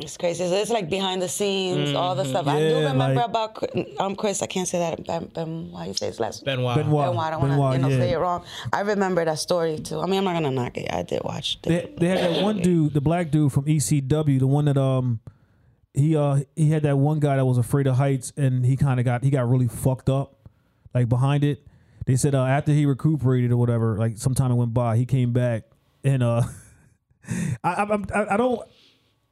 D: it's crazy. So it's like behind the scenes, all
C: Mm-hmm.
D: the stuff. I do
B: Yeah,
D: remember
B: like-
D: about Chris- um Chris. I can't say that. Ben, ben, why you say his last
C: Benoit.
B: Benoit.
D: Ah. Benoit, I don't want
B: Benoit,
D: to you know,
B: yeah.
D: say it wrong. I remember that story too. I mean, I'm not gonna knock it. I did watch. The,
B: They, they had that one dude, the black dude from ECW, the one that um he uh he had that one guy that was afraid of heights and he kind of got he got really fucked up like behind it. They said uh, after he recuperated or whatever, like some time it went by, he came back and uh I I, I'm- I I don't.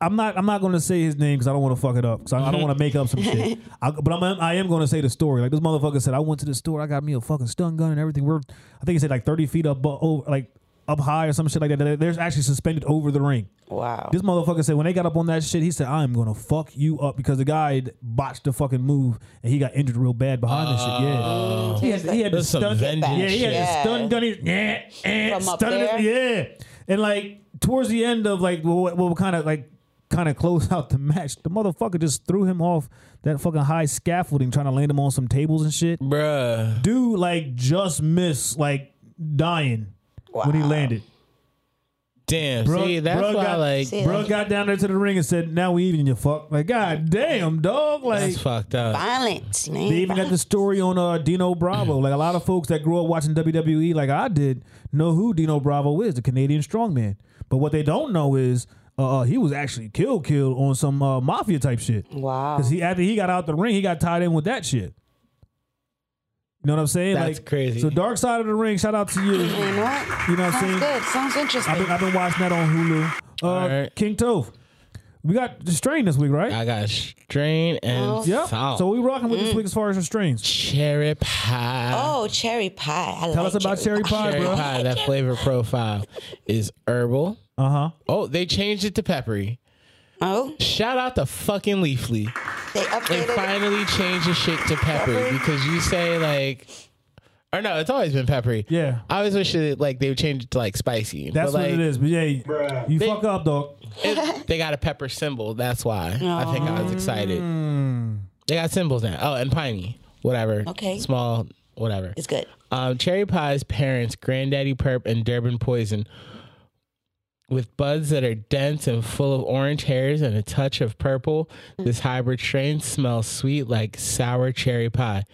B: I'm not. I'm not going to say his name because I don't want to fuck it up. Because I, I don't want to make up some shit. I, but I'm, I am going to say the story. Like this motherfucker said, I went to the store. I got me a fucking stun gun and everything. We're. I think he said like 30 feet up, but over like up high or some shit like that. They're- They're actually suspended over the ring.
D: Wow.
B: This motherfucker said when they got up on that shit, he said, "I am gonna fuck you up" because the guy had botched the fucking move and he got injured real bad behind the shit.
D: Oh.
B: Yeah, he had, he had the
C: That's some
B: stun.
C: vengeance
B: Yeah, he had the
D: shit.
B: stun gun. He, eh, yeah, and
D: From up
B: stun
D: there?
B: Yeah, and like towards the end of like what, what kind of like kind of close out the match, the motherfucker just threw him off that fucking high scaffolding, trying to land him on some tables and shit.
C: Bruh.
B: Dude, like just missed like dying when he
D: Wow.
B: landed.
C: Damn.
B: Bro-
C: see, that's
B: bro
C: why,
B: got-
C: like,
D: See,
B: Bro
D: like-
B: got down there to the ring and said, "Now we even you fuck." Like, god damn, dog. Like,
C: that's fucked up.
D: Violence, man.
B: they even got the story on uh, Dino Bravo. Like a lot of folks that grew up watching WWE, like I did, know who Dino Bravo is, the Canadian strongman. But what they don't know is uh, uh, he was actually killed, killed on some uh, mafia type shit.
D: Wow.
B: Because he after he got out the ring, he got tied in with that shit. You know what I'm saying?
C: That's
B: like,
C: crazy.
B: So Dark Side of the Ring, shout out to you.
D: You know what?
B: You know what I'm saying?
D: Sounds good. Sounds interesting.
B: I've been, I've been watching that on Hulu. Uh,
C: All right.
B: King Tove. We got the strain this week, right?
C: I got strain and
D: Oh.
B: Yeah.
C: salt.
B: So we rocking with
C: Mm.
B: this week as far as restraints.
C: cherry pie.
D: oh, cherry pie. I
B: Tell
D: like
B: us about cherry pie,
C: cherry
B: bro.
C: pie. That flavor profile is herbal.
B: Uh huh.
C: Oh, they changed it to peppery.
D: Oh,
C: Shout out to fucking Leafly.
D: they
C: They
D: updated. it.
C: finally changed the shit to peppery because you say like, or no, it's always been peppery.
B: Yeah.
C: I always wish that like they would change it to like spicy.
B: That's
C: but, like,
B: what it is. But yeah, you
C: They-
B: fuck up, dog.
C: it- they got a pepper symbol. That's why I think I was excited.
B: Mm.
C: They got symbols now. Oh, and piney, whatever.
D: Okay.
C: Small, whatever.
D: It's good.
C: Um, Cherry Pie's parents, Granddaddy Perp and Durban Poison, with buds that are dense and full of orange hairs and a touch of purple. This hybrid strain smells sweet like sour cherry pie.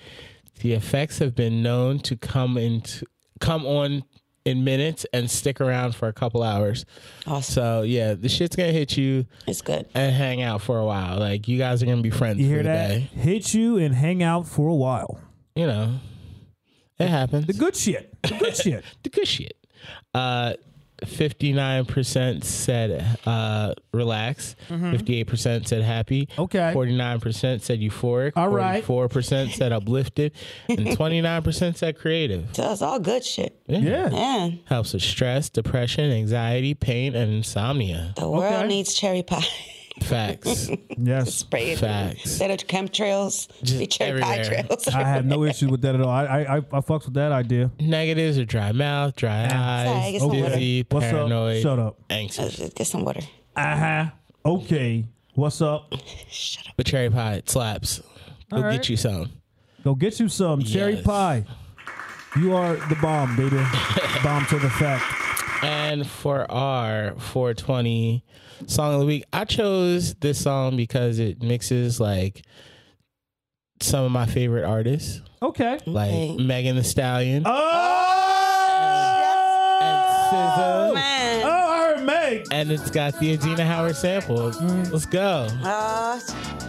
C: The effects have been known to come into come on in minutes and stick around for a couple hours.
D: Awesome.
C: So yeah, the shit's gonna hit you
D: It's good.
C: and hang out for a while. Like you guys are gonna be friends
B: You
C: for
B: hear
C: the
B: that?
C: day.
B: Hit you and hang out for a while.
C: You know, it happens.
B: The good shit. The good shit.
C: the good shit. Uh, 59% said uh, relax. 58% said happy.
B: Mm-hmm. Okay.
C: 49% said euphoric.
B: All right.
C: 44% said uplifted. And 29% said creative.
D: So it's all good shit.
B: Yeah.
D: Yeah.
C: Helps with stress, depression, anxiety, pain, and insomnia.
D: The world
B: Okay.
D: needs cherry pie.
C: Facts.
B: Yes.
D: Spray it.
C: Facts.
D: Instead of chemtrails,
C: Just
D: be cherry pie
C: everywhere.
D: trails.
B: I have no issues with that at all. I I I, I fucks with that idea.
C: Negatives are dry mouth, dry
D: Sorry,
C: eyes,
D: get some water.
C: dizzy,
B: What's
C: paranoid,
B: up? Shut up.
C: anxious.
D: Let's Get some water.
B: Uh huh. Okay. What's up?
C: But cherry pie, it slaps. Go
B: right.
C: get you some.
B: Go get you some cherry
C: Yes.
B: pie. You are the bomb, baby. bomb to the fact.
C: And for our 420 song of the week, I chose this song because it mixes like some of my favorite artists,
B: Okay.
C: like
D: Okay.
C: Megan the Stallion
B: Oh.
C: and SZA,
D: Oh, Man.
B: Oh, I heard Meg. Oh.
C: and it's got the Adina Howard sample. Let's go.
D: Uh,